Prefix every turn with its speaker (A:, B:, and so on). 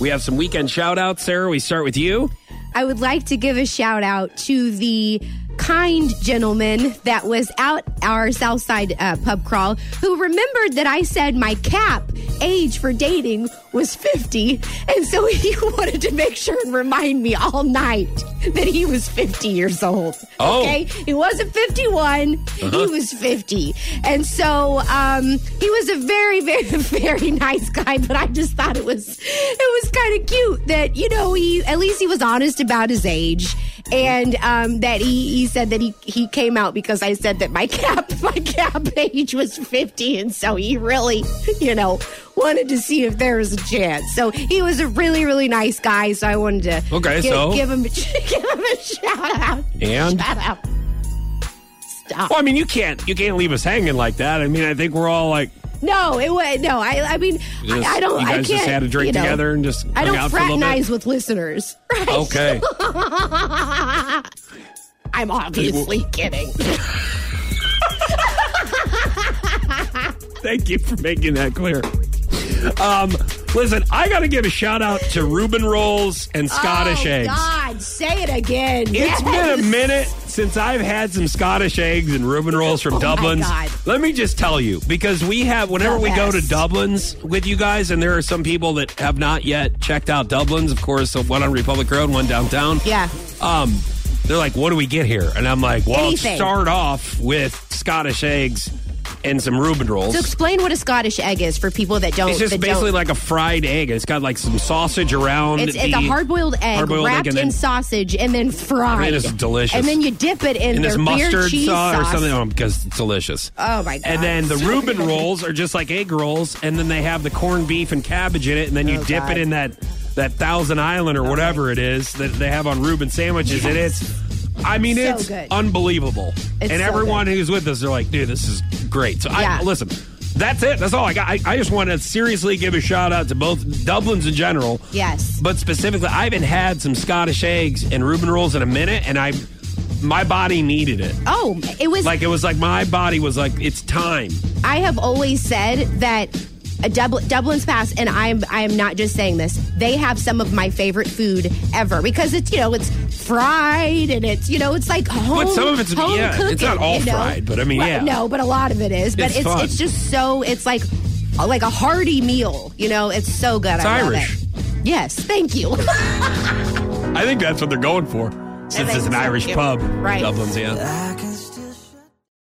A: We have some weekend shout outs. Sarah, we start with you.
B: I would like to give a shout out to the kind gentleman that was out our Southside uh, pub crawl who remembered that I said my cap age for dating was 50. And so he wanted to make sure and remind me all night that he was 50 years old.
A: Oh.
B: Okay. He wasn't 51.
A: Uh-huh.
B: He was 50. And so um, he was a very, very, very nice guy, but I just thought it was it was kind of cute that, you know, he at least he was honest about his age. And um, that he, he said that he, he came out because I said that my cap my cap age was fifty, and so he really you know wanted to see if there was a chance. So he was a really really nice guy. So I wanted to
A: Okay,
B: give,
A: so?
B: give him a, give him a shout out.
A: And?
B: shout out. Stop.
A: Well, I mean, you can't you can't leave us hanging like that. I mean, I think we're all like,
B: No, it was no. I I mean I,
A: just-
B: I don't.
A: you
B: I
A: guys
B: can't.
A: just had a drink
B: you know,
A: together and just
B: I
A: hung
B: don't
A: out for a little bit?
B: fraternize with listeners. Right?
A: okay.
B: I'm obviously kidding.
A: Thank you for making that clear. Um, listen, I got to give a shout out to Reuben rolls and Scottish
B: oh,
A: eggs.
B: God, say it again.
A: It's been a
B: Yes.
A: minute since I've had some Scottish eggs and Reuben rolls from
B: Oh, my
A: Dublin's.
B: God.
A: Let me just tell you, because we have, whenever
B: The
A: we go to
B: best.
A: Dublin's with you guys, and there are some people that have not yet checked out Dublin's, of course, one on Republic Road, one downtown.
B: Yeah.
A: Um, they're like, what do we get here? And I'm like, well,
B: Anything.
A: start off with Scottish eggs and some Reuben rolls.
B: So explain what a Scottish egg is for people that don't.
A: It's just
B: that
A: basically
B: don't.
A: like a fried egg. It's got like some sausage around.
B: It's, it's a hard-boiled egg
A: hard-boiled egg
B: wrapped
A: and then-
B: in sausage and then fried.
A: Man, it's delicious.
B: And then you dip it in
A: And this
B: their weird
A: mustard
B: cheese
A: sauce,
B: sauce
A: or something Oh, because it's delicious.
B: Oh, my God.
A: And then the Reuben rolls are just like egg rolls, and then they have the corned beef and cabbage in it, and then you
B: Oh,
A: dip
B: God.
A: it in that that Thousand Island or whatever it is that they have on Reuben sandwiches, and it's. I mean,
B: So
A: it's
B: good.
A: unbelievable.
B: It's
A: and
B: so
A: everyone
B: good.
A: who's with us, they're like, dude, this is great. So,
B: Yeah.
A: I listen, that's it. That's all I got. I, I just want to seriously give a shout out to both Dublin's in general.
B: Yes.
A: But specifically, I haven't had some Scottish eggs and Reuben rolls in a minute, and I, my body needed it.
B: Oh, it was
A: Like it was like my body was like, it's time.
B: I have always said that a Dubl- Dublin's Pass, and I'm I am not just saying this. They have some of my favorite food ever because it's you know it's fried and it's you know it's like home.
A: But some of it's-
B: home
A: yeah,
B: cooking,
A: it's not all
B: you know?
A: fried, but I mean,
B: Well,
A: yeah.
B: no, but a lot of it is. But
A: It's
B: it's
A: fun.
B: it's, just so it's like like a hearty meal. You know, it's so good. I love
A: Irish.
B: it. Yes, thank you.
A: I think that's what they're going for. Since
B: think
A: it's an
B: so,
A: Irish
B: yeah.
A: pub,
B: Right.
A: Dublin's, yeah.
C: I can